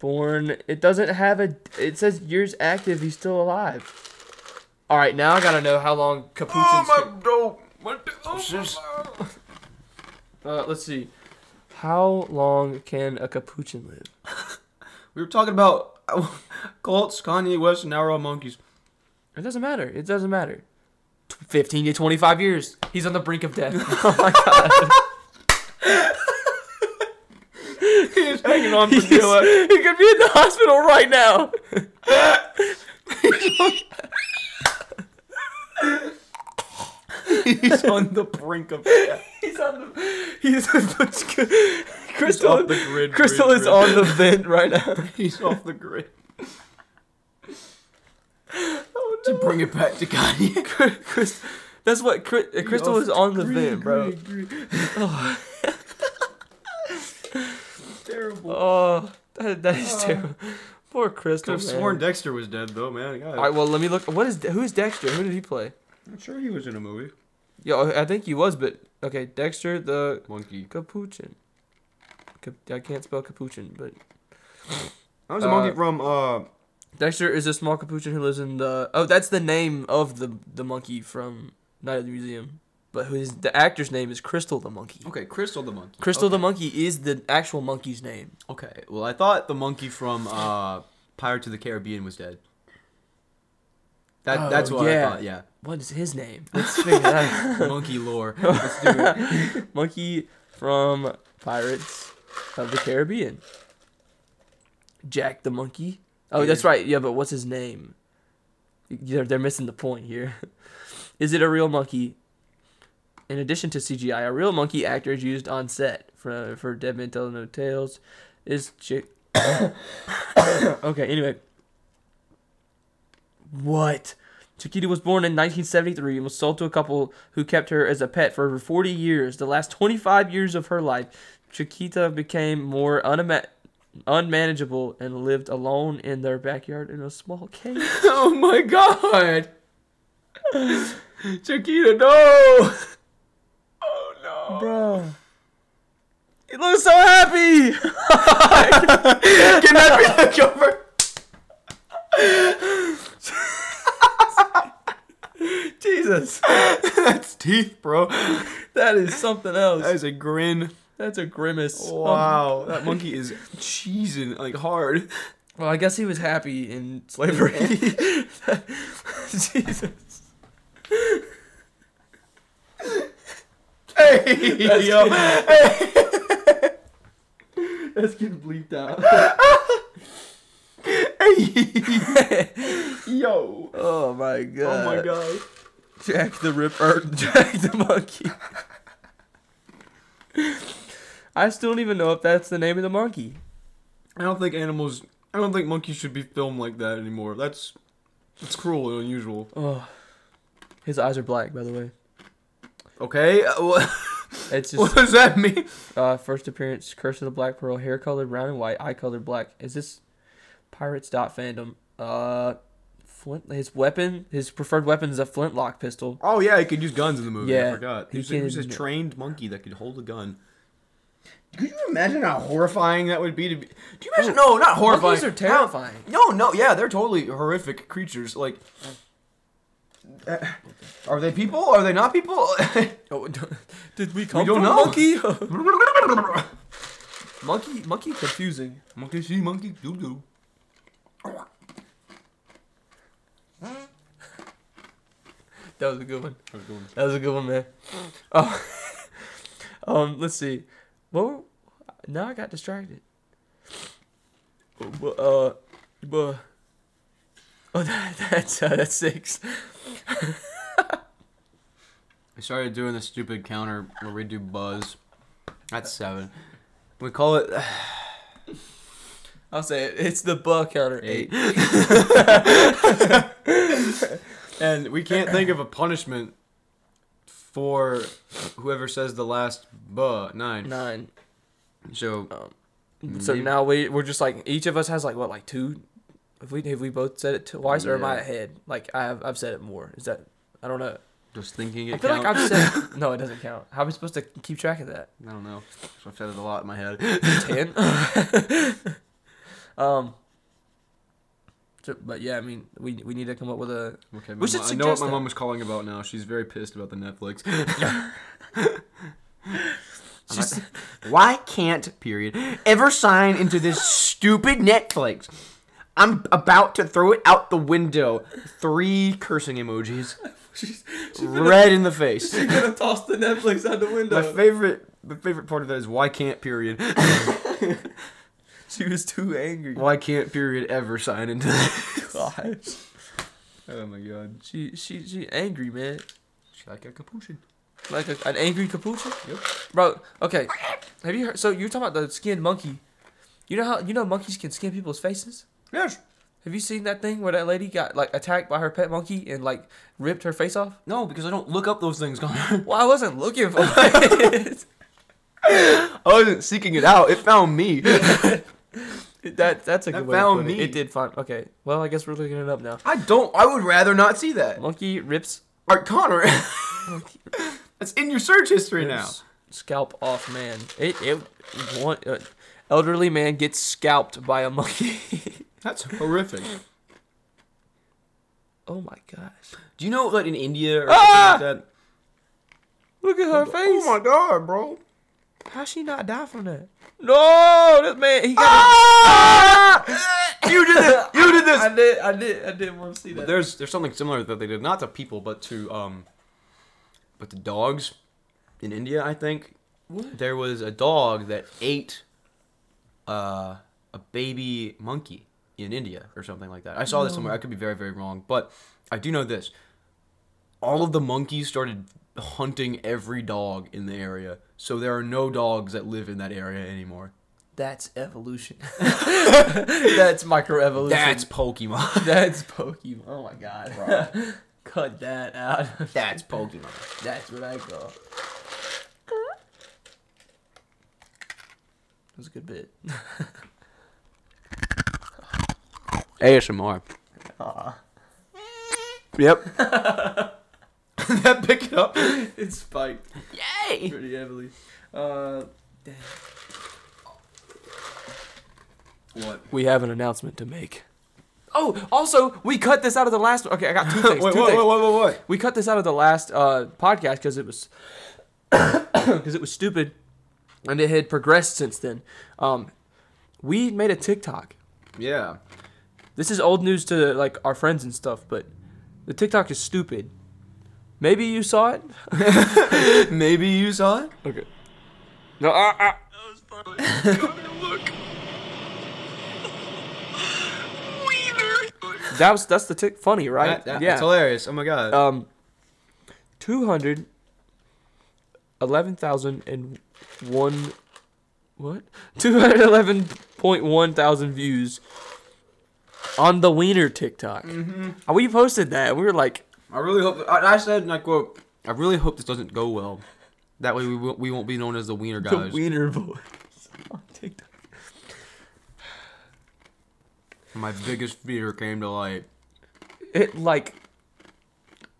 S2: Born. It doesn't have a. It says years active. He's still alive. All right, now I gotta know how long Capuchin's.
S1: Oh, dope. Oh,
S2: uh, let's see. How long can a Capuchin live?
S1: We were talking about cults, Kanye West, and now we're on monkeys.
S2: It doesn't matter. It doesn't matter. Tw- 15 to 25 years. He's on the brink of death. oh my god.
S1: He's hanging on for
S2: He's- he
S1: dear life.
S2: could be in the hospital right now.
S1: He's on the brink of death.
S2: He's on the. He's Crystal.
S1: off the grid,
S2: Crystal
S1: grid,
S2: is
S1: grid.
S2: on the vent right now.
S1: He's off the grid. To bring it back to Kanye.
S2: Chris, that's what Chris, Crystal
S1: off
S2: is on the vent, bro.
S1: Terrible.
S2: Oh, that, that is terrible. Poor Crystal.
S1: Could have
S2: man.
S1: Ah. sworn Dexter was dead though, man. God.
S2: All right, well, let me look. What is who is Dexter? Who did he play?
S1: I'm sure he was in a movie.
S2: Yo, I think he was, but okay, Dexter the
S1: Monkey.
S2: Capuchin. Cap- I can't spell Capuchin, but
S1: That was a
S2: Uh,
S1: monkey from uh
S2: Dexter is a small Capuchin who lives in the. Oh, that's the name of the the monkey from Night at the Museum. But his the actor's name is Crystal the monkey.
S1: Okay, Crystal the monkey.
S2: Crystal
S1: okay.
S2: the monkey is the actual monkey's name.
S1: Okay. Well, I thought the monkey from uh, Pirates of the Caribbean was dead. That
S2: Oh,
S1: that's what
S2: yeah.
S1: I thought. Yeah.
S2: What is his name? Let's figure that out.
S1: monkey lore. Let's do it.
S2: Monkey from Pirates of the Caribbean. Jack the monkey. Oh, that's right. Yeah, but what's his name? They're, they're missing the point here. Is it a real monkey? In addition to CGI, a real monkey actor is used on set for for Dead Men Tell No Tales. Is chick. okay. Anyway. What? Chiquita was born in 1973 and was sold to a couple who kept her as a pet for over 40 years. The last 25 years of her life, Chiquita became more unima- unmanageable and lived alone in their backyard in a small cave.
S1: oh my god. Chiquita, no.
S2: Bro. He looks so happy!
S1: Can that be the cover?
S2: Jesus,
S4: That's teeth, bro.
S2: that is something else.
S4: That is a grin.
S2: That's a grimace. Oh,
S4: Wow, that monkey is cheesing like hard.
S2: Well, I guess he was happy in slavery. Jesus.
S4: Hey, yo,
S2: That's getting bleeped out.
S4: yo.
S2: oh my
S4: Oh
S2: god.
S4: my god.
S2: Jack the Ripper. Jack the Monkey. I still don't even know if that's the name of the monkey.
S4: I don't think animals. I don't think monkeys should be filmed like that anymore. That's it's cruel and unusual.
S2: Oh. His eyes are black, by the way.
S4: Okay, uh, what,
S2: It's
S4: what does
S2: just
S4: that mean?
S2: uh, first appearance, Curse of the Black Pearl, hair color brown and white, eye color black. Is this Pirates dot fandom? Uh, Flint. His weapon, his preferred weapon is a flintlock pistol.
S4: Oh yeah, he could use guns in the movie. I
S2: Yeah,
S4: forgot. He
S2: he
S4: was, he was a
S2: can-
S4: trained monkey that could hold a gun. Could you imagine how horrifying that would be to be? Do you imagine? No, not horrifying.
S2: Monkeys are
S4: How-
S2: terrifying.
S4: no, no, yeah, they're totally horrific creatures. Like, uh, are they people? Are they not people?
S2: Oh, did we come
S4: don't
S2: from
S4: know.
S2: monkey? monkey, monkey, confusing.
S4: monkey see, monkey doo doo.
S2: That was a good one. That was a good one, man. Oh, um, let's see. What? Were, now I got distracted. But uh, but oh, that, that's uh, that's six.
S1: I started doing the stupid counter where we do buzz. That's seven. We call it
S2: I'll say it. It's the buck counter eight.
S1: eight.
S4: And we can't think of a punishment for whoever says the last buh nine.
S2: Nine.
S1: So
S2: So
S1: Mhm.
S2: now we we're just like each of us has like what like two. If we if we both said it twice, or am I
S1: Yeah.
S2: ahead? Like I have I've said it more. Is that I don't know.
S1: just thinking
S2: I
S1: it
S2: feel
S1: counts.
S2: like I've said no. It doesn't count. How are we supposed to keep track of that?
S1: I don't know. I've said it a lot in my head.
S2: ten. um. so- but yeah, I mean, we we need to come up with a.
S1: Okay,
S2: We
S1: my
S2: should
S1: mo- I know what
S2: suggest
S1: my
S2: that.
S1: mom was calling about now. She's very pissed about the Netflix.
S2: She's-
S1: Why can't period ever sign into this stupid Netflix? I'm about to throw it out the window. Three cursing emojis,
S2: she's
S1: red in the face.
S2: gonna toss the Netflix out the
S1: My
S2: window.
S1: favorite, my favorite part of that is why can't period,
S2: she was too angry.
S1: why can't period ever sign into this?
S2: God.
S4: Oh my god.
S2: She she she angry man,
S1: She like a
S2: like a, an angry capuchin.
S1: Yep.
S2: Bro, okay. Have you heard? So you're talking about the skinned monkey. You know how you know monkeys can skin people's faces.
S4: Yes.
S2: Have you seen that thing where that lady got like attacked by her pet monkey and like ripped her face off?
S1: No, because I don't look up those things. Connor.
S2: Well, I wasn't looking for it.
S1: I wasn't seeking it out. It found me.
S2: That that's
S4: That
S2: a good way. to
S4: found
S2: put it.
S4: me.
S2: It did find. Okay. Well, I guess we're looking it up now.
S4: I don't. I would rather not see that.
S2: Monkey rips
S4: Art Connor. That's in your search history now.
S2: s- scalp off man. It it one uh, elderly man gets scalped by a monkey.
S4: That's horrific.
S2: oh my gosh!
S1: Do you know that in India or
S2: Ah!
S1: something like that?
S2: Look at her face.
S4: Oh my god, bro.
S2: How she not die from that? No, this man. He got.
S1: Ah!
S4: You did it. You did this.
S2: I did. I did. I didn't want to see that.
S1: There's there's something similar that they did not to people but to um but to dogs in India, I think. There was a dog that ate uh, a baby monkey in India or something like that. I saw this somewhere. I could be very very wrong, but I do know this. All of the monkeys started hunting every dog in the area. So there are no dogs that live in that area anymore.
S2: That's evolution. That's microevolution.
S1: That's Pokemon.
S2: That's Pokemon. Oh my god. Cut that out.
S1: That's Pokemon.
S2: That's what I call. That was a good bit.
S1: ASMR. Yep.
S4: That pick it up.
S2: It's spiked
S1: Yay!
S2: pretty heavily. Uh,
S4: What?
S2: we have an announcement to make.
S1: Oh,
S2: Oh, also, we cut this out of the last. Okay, I got two
S4: Wait,
S2: things.
S4: what,
S2: two
S4: what,
S2: things.
S4: what, what, what?
S2: We cut this out of the last uh, podcast because it was because it was stupid, and it had progressed since then. Um, we made a TikTok.
S1: Yeah.
S2: This is old news to like our friends and stuff, but the TikTok is stupid. Maybe you saw it.
S4: Maybe you saw it.
S2: Okay. No, uh, uh, that was that's the tick funny, right?
S1: That, that, That's hilarious. Oh my god.
S2: um, two hundred eleven thousand and one. What? Two hundred eleven point one thousand views on the Wiener TikTok. Mm-hmm. We posted that. We were like,
S1: I really hope. I, I said, and I quote, I really hope this doesn't go well. That way we, won't- we won't be known as the wiener
S2: the
S1: guys.
S2: Wiener boys on TikTok.
S1: My biggest fear came to light.
S2: It like,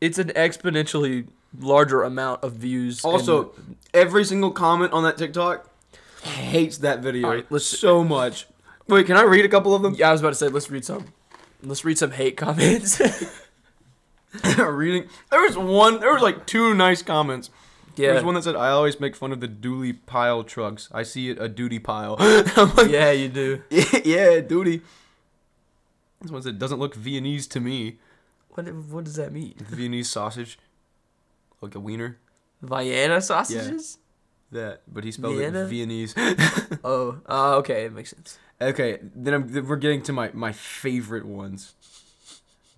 S2: it's an exponentially larger amount of views. and-
S1: Also, every single comment on that TikTok hates that video
S2: All right, let's-
S1: so much. Wait, can I read a couple of them?
S2: yeah, I was about to say, let's read some. Let's read some hate comments.
S1: Reading. There was one. There was like two nice comments.
S2: yeah.
S1: There was one that said, "I always make fun of the dually pile trucks. I see it a duty pile." I'm like,
S2: yeah, you do.
S1: yeah, duty. This one said, "Doesn't look Viennese to me."
S2: What what does that mean?
S1: Viennese sausage, like a wiener.
S2: Vienna sausages?
S1: That, but he spelled
S2: Vienna?
S1: it Viennese.
S2: Oh, uh, okay, it makes sense.
S1: okay, then, I'm, then we're getting to my my favorite ones.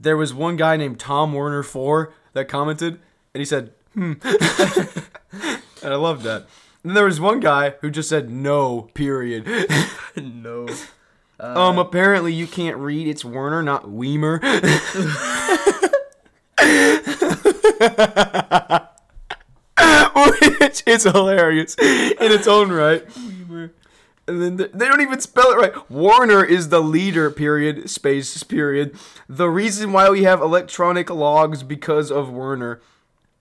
S1: There was one guy named Tom Werner Four that commented, and he said, "Hmm," and I loved that. And then there was one guy who just said no. Period.
S2: no.
S1: um, apparently you can't read. It's Werner, not Weimer. Which is hilarious in its own right. And then th- they don't even spell it right. Warner is the leader, period, space, period. The reason why we have electronic logs because of Werner.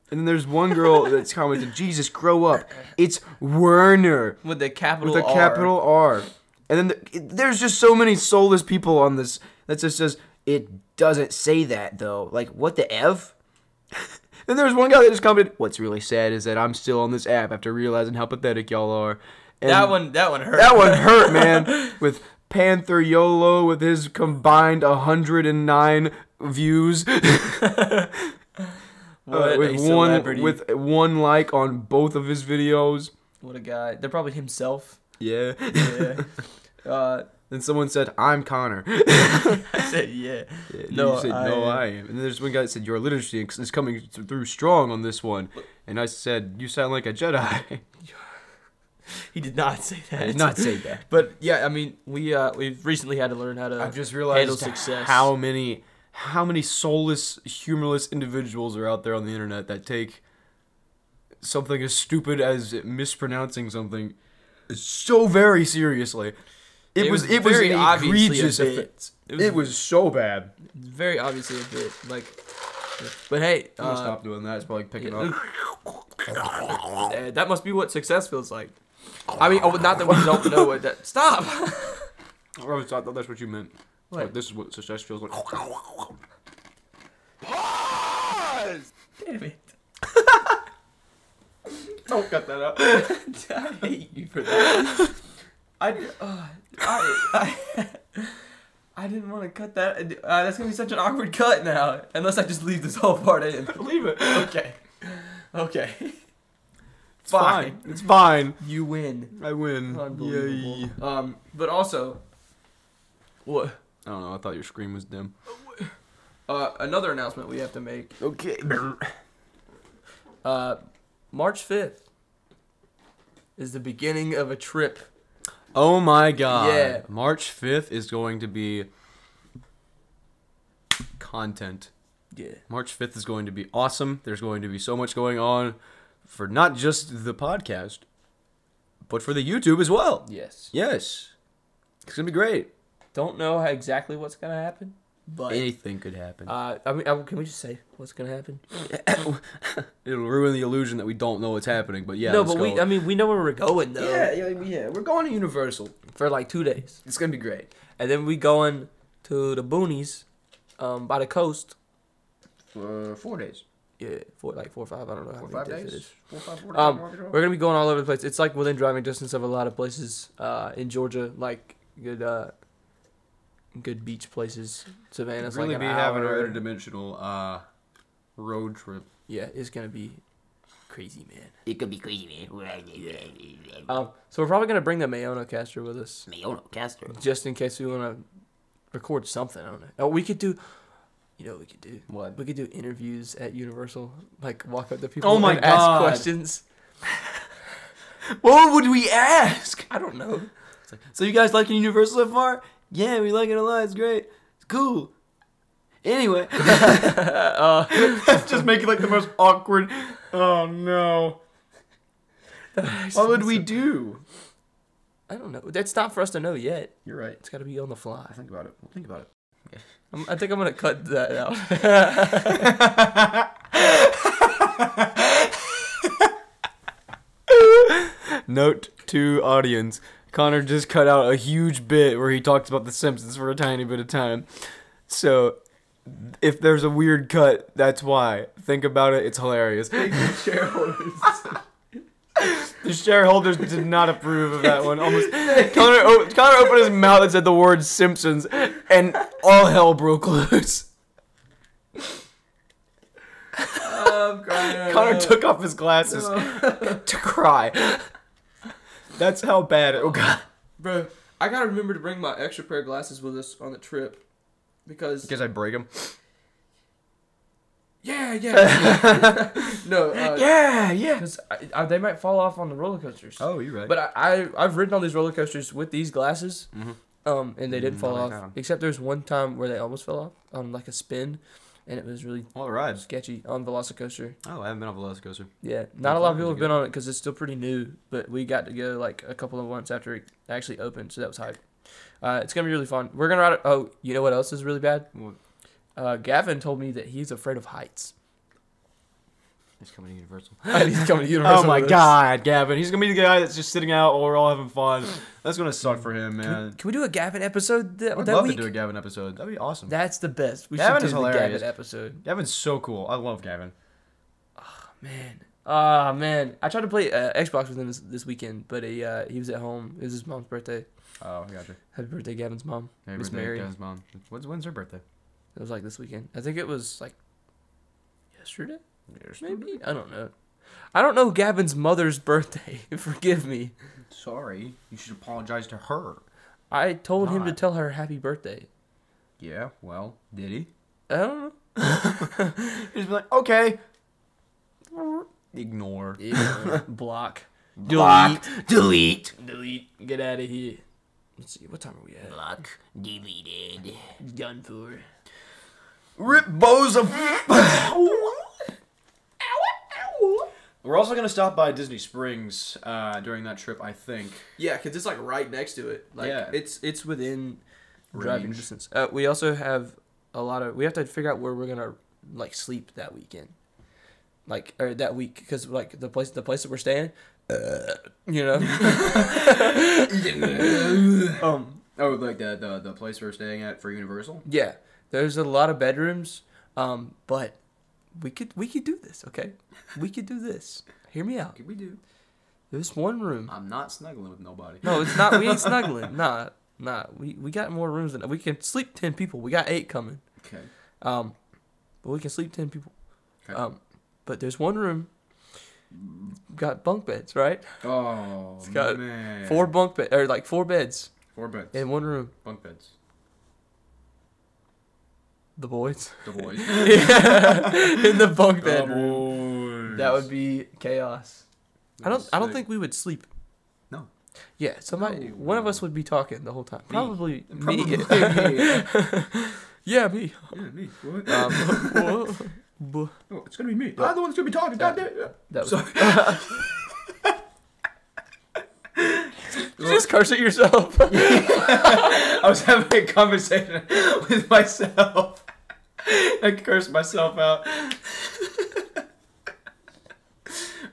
S1: And then there's one girl that's commented, Jesus, grow up. It's Werner
S2: With the capital
S1: with a
S2: R.
S1: capital R. And then the, it- there's just so many soulless people on this that just says it doesn't say that though. Like what the f? then there's one guy that just commented, "What's really sad is that I'm still on this app after realizing how pathetic y'all are." And
S2: That one, that one hurt.
S1: that one hurt, man. With Panther Yolo with his combined 109 views.
S2: What
S1: with
S2: a
S1: one
S2: celebrity.
S1: with one like on both of his videos.
S2: what a guy. They're probably himself.
S1: Yeah.
S2: Yeah. uh,
S1: then someone said, "I'm Connor."
S2: I said yeah.
S1: you said no, I am. And then there's one guy that said your literacy is is coming th- through strong on this one, and I said you sound like a Jedi.
S2: He did not say that.
S1: I did not say that.
S2: But yeah, I mean, we uh, we've recently had to learn how to.
S1: I've just
S2: handle
S1: realized
S2: success.
S1: how many how many soulless, humorless individuals are out there on the internet that take something as stupid as mispronouncing something so very seriously. It,
S2: It
S1: was,
S2: was
S1: it was
S2: very
S1: an
S2: obviously a
S1: egregious
S2: bit.
S1: offense.
S2: It
S1: It
S2: was-
S1: was, so bad.
S2: It's very obviously a bit like. But hey,
S1: I'm gonna
S2: uh,
S1: stop doing that. It's probably picking
S2: yeah.
S1: up.
S2: uh, that must be what success feels like. I mean, oh, not that we don't know what that. Stop.
S1: I always thought that's what you meant.
S2: What?
S1: Like, this is what success feels like.
S2: Damn it.
S1: Don't cut that out.
S2: I hate you for that. I, uh, I, I, I didn't want to cut that. Uh, that's gonna be such an awkward cut now, unless I just leave this whole part in.
S1: Leave it.
S2: Okay, okay.
S1: It's fine. It's fine.
S2: You win.
S1: I win.
S2: Unbelievable.
S1: Yay.
S2: Um, but also, what?
S1: I don't know. I thought your scream was dim.
S2: Uh, another announcement we have to make.
S1: Okay.
S2: Uh, March fifth is the beginning of a trip.
S1: Oh my god.
S2: Yeah.
S1: March 5th is going to be content.
S2: Yeah.
S1: March 5th is going to be awesome. There's going to be so much going on for not just the podcast, but for the YouTube as well.
S2: Yes.
S1: Yes. It's going to be great.
S2: Don't know how exactly what's gonna happen, but.
S1: Anything could happen.
S2: Uh, I mean, I, can we just say what's gonna happen?
S1: It'll ruin the illusion that we don't know what's happening, but yeah.
S2: no,
S1: let's
S2: but
S1: go.
S2: we. I mean, we know where we're going though.
S1: yeah, yeah, yeah. We're going to Universal.
S2: For like two days,
S1: It's going to be great.
S2: and then we going to the boonies um, by the coast.
S1: Uh,
S8: for four days,
S2: Yeah, four like four or five. I don't know
S8: four
S2: how
S8: or
S2: many
S8: five
S2: days it
S8: days,
S2: is.
S8: four or five four days.
S2: Um,
S8: Market Hall.
S2: we're gonna be going all over the place. It's like within driving distance of a lot of places uh, in Georgia, like good, uh, good beach places. Savannah's
S1: really
S2: like
S1: be
S2: an
S1: having an
S2: hour.
S1: interdimensional uh, road trip.
S2: Yeah, it's gonna be crazy, man.
S7: It could be crazy, man.
S2: Um, so we're probably gonna bring the Mayono caster with us,
S7: Mayono Castro.
S2: just in case we wanna record something. I don't know. Oh, we could do. You know what we could do?
S1: What?
S2: We could do interviews at Universal, like walk up to people
S1: Oh my
S2: and
S1: God.
S2: ask questions.
S1: What would we ask?
S2: I don't know.
S1: So you guys liking Universal so far? Yeah, we like it a lot. It's great. It's cool. Anyway, Uh,
S4: Just make it like the most awkward. Oh no. What would we do?
S2: I don't know. That's not for us to know yet.
S8: You're right.
S2: It's got to be on the fly.
S8: Think about it. Think about it.
S2: I'm, I think I'm gonna cut that out.
S1: note to audience: Connor just cut out a huge bit where he talks about The Simpsons for a tiny bit of time. So, if there's a weird cut, that's why. Think about it; it's hilarious.
S8: Shareholders.
S1: The shareholders did not approve of that one. Almost Connor, o- Connor opened his mouth and said the word Simpsons, and all hell broke loose. Connor took off his glasses to cry. That's how bad it. Oh god.
S2: Bro, I gotta remember to bring my extra pair of glasses with us on the trip, because
S1: I break him.
S2: yeah, yeah. no, uh,
S1: Yeah, yeah.
S2: Because I, I, they might fall off on the roller coasters.
S1: Oh, you're right.
S2: But I, I I've ridden on these roller coasters with these glasses,
S1: Mm-hmm.
S2: um, and they didn't
S1: Mm,
S2: fall off. Except there's one time where they almost fell off on like a spin, and it was really
S1: all right.
S2: sketchy on Velocicoaster.
S1: Oh, I haven't been on Velocicoaster.
S2: Yeah, not a lot of people have
S1: good.
S2: been on it because it's still pretty new. But we got to go like a couple of months after it actually opened, so that was hype. Uh, it's gonna be really fun. We're gonna ride. it- Oh, you know what else is really bad?
S1: What?
S2: Uh, Gavin told me that he's afraid of heights.
S1: He's coming to Universal.
S2: And he's coming to Universal.
S1: Oh my
S2: with us.
S1: god, Gavin. He's gonna be the guy that's just sitting out while we're all having fun. That's gonna suck for him, man.
S2: Can we do a Gavin episode that,
S1: I'd
S2: that
S1: love
S2: week?
S1: to do a Gavin episode. That'd be awesome.
S2: That's the best. We
S1: Gavin
S2: should do
S1: is
S2: the
S1: hilarious.
S2: Gavin episode.
S1: Gavin's so cool. I love Gavin.
S2: Man. Ah man, I tried to play uh, Xbox with him this, this weekend, but he uh, he was at home. It was his mom's birthday.
S1: Oh, I gotcha.
S2: Happy birthday, Gavin's mom. Miss Mary.
S1: mom. When's, when's her birthday?
S2: It was like this weekend. I think it was like yesterday. Maybe I don't know. I don't know Gavin's mother's birthday. Forgive me.
S8: Sorry. You should apologize to her.
S2: I told him to
S8: Not.
S2: tell her happy birthday.
S8: Yeah. Well, did he?
S2: I don't know.
S1: He's been like, okay. Ignore.
S2: Block.
S7: Block. Delete.
S2: Delete. Get out of here. Let's see. What time are we at?
S7: Block. Deleted.
S2: Done for.
S1: Rip bows of. We're also gonna stop by Disney Springs uh, during that trip, I think.
S2: Yeah, cause it's like right next to it. Like
S1: Yeah.
S2: it's it's within driving
S1: Range.
S2: distance. Uh, we also have a lot of. We have to figure out where we're gonna like sleep that weekend, like or that week, because like the place the place that we're staying, uh, you know. um.
S8: Oh, like the the, the place we were staying at for Universal.
S2: Yeah. There's a lot of bedrooms. Um. But we could we could do this. Okay. We could do this. Hear me out.
S8: We do.
S2: There's one room.
S8: I'm not snuggling with nobody.
S2: No, it's not. We ain't snuggling. Nah, nah. We we got more rooms than we can sleep ten people. We got eight coming,
S8: Okay.
S2: but we can sleep ten people.
S8: Okay.
S2: Um, but there's one room. Got bunk beds, right?
S8: Oh
S2: got
S8: man.
S2: Four bunk bed or like four beds
S8: Four beds.
S2: in one room.
S8: Bunk beds.
S2: The boys
S8: The boys.
S2: in the bunk bed. room.
S8: boys.
S2: That would be chaos. I don't. I don't think we would sleep.
S8: No.
S2: Yeah, somebody. One of us would be talking the whole time. Probably me.
S8: yeah,
S2: yeah, me.
S8: me. What?
S2: Um, Whoa. Buh.
S8: oh, it's gonna be me. I'm the one that's gonna be talking. God damn it.
S2: That was Did you just curse at yourself.
S1: I was having a conversation with myself. I cursed myself out.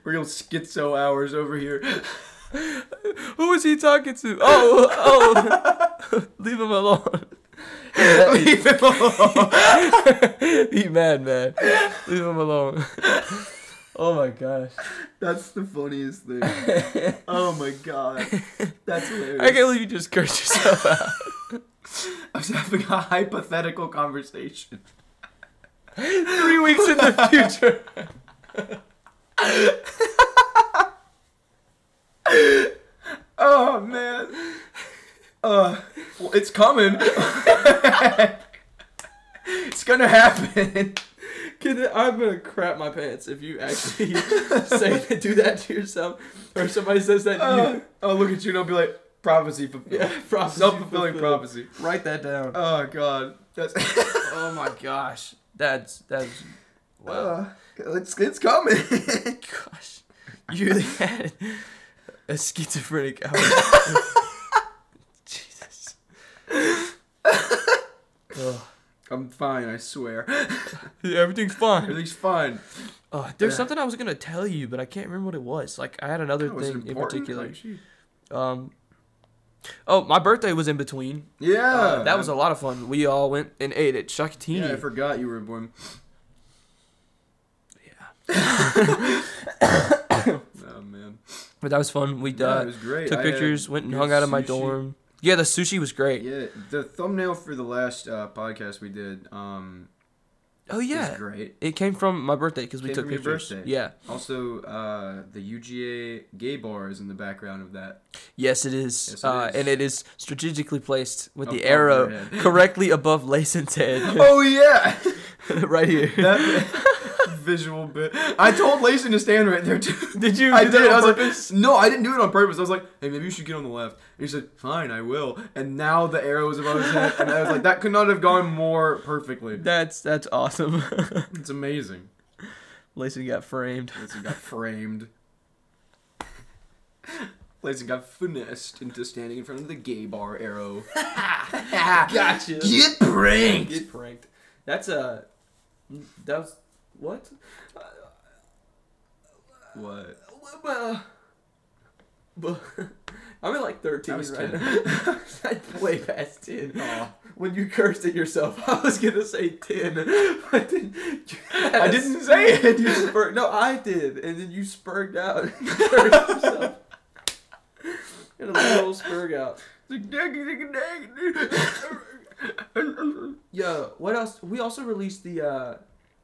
S1: Real schizo hours over here.
S2: Who was he talking to? Oh, oh, leave him alone.
S9: Leave him alone.
S2: He mad, man. Leave him alone. oh my gosh.
S1: That's the funniest thing. oh my god. That's hilarious.
S2: I can't believe you just cursed yourself out.
S1: I was having a hypothetical conversation.
S2: Three weeks in the future.
S1: Oh man. Uh, well, it's coming. it's gonna happen.
S2: Kid, I'm gonna crap my pants if you actually say do that to yourself, or if somebody says that to
S1: Uh, I'll look at you and I'll be like, prophecy fulfilled.
S2: you. Prophecy
S1: Self fulfilling
S2: fulfilled.
S1: prophecy.
S2: Write that down.
S1: Oh god. That's.
S2: oh my gosh, that's that's wow.
S1: Uh, it's it's coming.
S2: gosh, you really had a schizophrenic hour. Jesus. Ugh.
S1: I'm fine. I swear.
S2: Yeah, everything's fine.
S1: Everything's fine.
S2: Uh, there's something I was gonna tell you, but I can't remember what it was. Like I had another
S1: That was
S2: thing in
S1: important.
S2: particular.
S1: Like, she-
S2: Um, oh, my birthday was in between.
S1: yeah.
S2: Uh, that was a lot of fun. We all went and ate at Chuck E. Cheese.
S1: Oh, Yeah, I forgot you were born. Yeah. oh man.
S2: but that was fun. We uh,
S1: Yeah, it was great.
S2: took
S1: I had
S2: pictures, went and
S1: good
S2: hung out in my
S1: sushi.
S2: dorm. Yeah, the sushi was great.
S1: Yeah, the thumbnail for the last uh, podcast we did um,
S2: Oh yeah,
S1: was great.
S2: it came from my birthday because we
S1: Came
S2: took
S1: from your
S2: pictures.
S1: birthday.
S2: Yeah,
S1: Also, uh, the UGA gay bar is in the background of that.
S2: yes, it is.
S1: Yes, it
S2: uh,
S1: is.
S2: and it is strategically placed with the
S1: Above your
S2: arrow
S1: head.
S2: correctly above Layson's head,
S1: Oh yeah,
S2: right here.
S1: that visual bit. I told Layson to stand right there too.
S2: Did you?
S1: I
S2: do that
S1: did.
S2: on
S1: I was
S2: purpose?
S1: like, no, I didn't do it on purpose. I was like, hey, maybe you should get on the left. And he said, fine, I will. And now the arrow is above his head, and I was like, that could not have gone more perfectly.
S2: That's that's awesome.
S1: It's amazing.
S2: Layson got framed.
S1: Layson got framed. Layson got finessed into standing in front of the gay bar arrow.
S2: Gotcha.
S1: Get pranked.
S2: Get pranked. That's a. That was what?
S1: What?
S2: Well, but I'm at like 13
S1: I was
S2: right
S1: 10.
S2: now. I way past 10. When you cursed at yourself, I was gonna say 10, but then you-
S1: I didn't say it.
S2: You spur- no, I did, and then you spurged out. and cursed yourself. You had a little spurg out.
S1: Oh,
S2: Yo, what else? We also released the uh,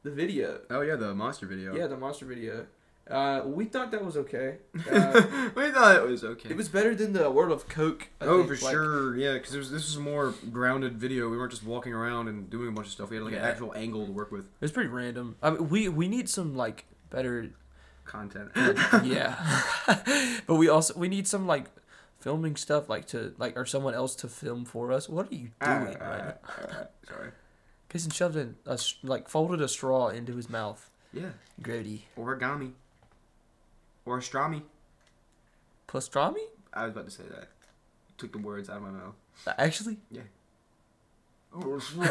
S2: the video.
S1: oh yeah, the monster video.
S2: Yeah, the monster video. Uh, we thought that was okay. Uh,
S1: we thought it was okay.
S2: it was better than the World of Coke. I
S1: oh,
S2: think,
S1: for
S2: like-
S1: sure. Yeah, because this was a more grounded video. We weren't just walking around and doing a bunch of stuff. We had like an
S2: Yeah.
S1: actual angle to work with.
S2: It's pretty random. I mean, we we need some like better,
S1: Content.
S2: yeah. but we also we need some like filming stuff like to like or someone else to film for us. What are you doing right now?
S1: Sorry.
S2: Kason shoved in a s- like folded a straw into his mouth.
S1: Yeah.
S2: Grody.
S1: Origami. Or Origami.
S2: Pastrami?
S1: I was about to say that. Took the words out of my mouth.
S2: Actually,
S1: Pastrami.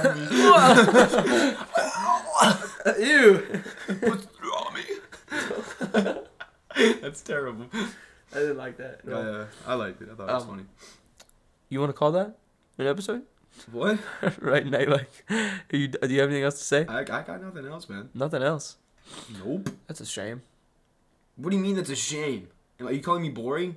S2: ew.
S1: That's terrible.
S2: I didn't like that. at all.
S1: Uh, I liked it. I thought it was
S2: Um,
S1: funny.
S2: You want to call that an episode?
S1: What?
S2: right now, like, are you, do you have anything else to say?
S1: I, I got nothing else, man.
S2: Nothing else.
S1: Nope.
S2: That's a shame.
S1: What do you mean that's a shame? Am- Are you calling me boring?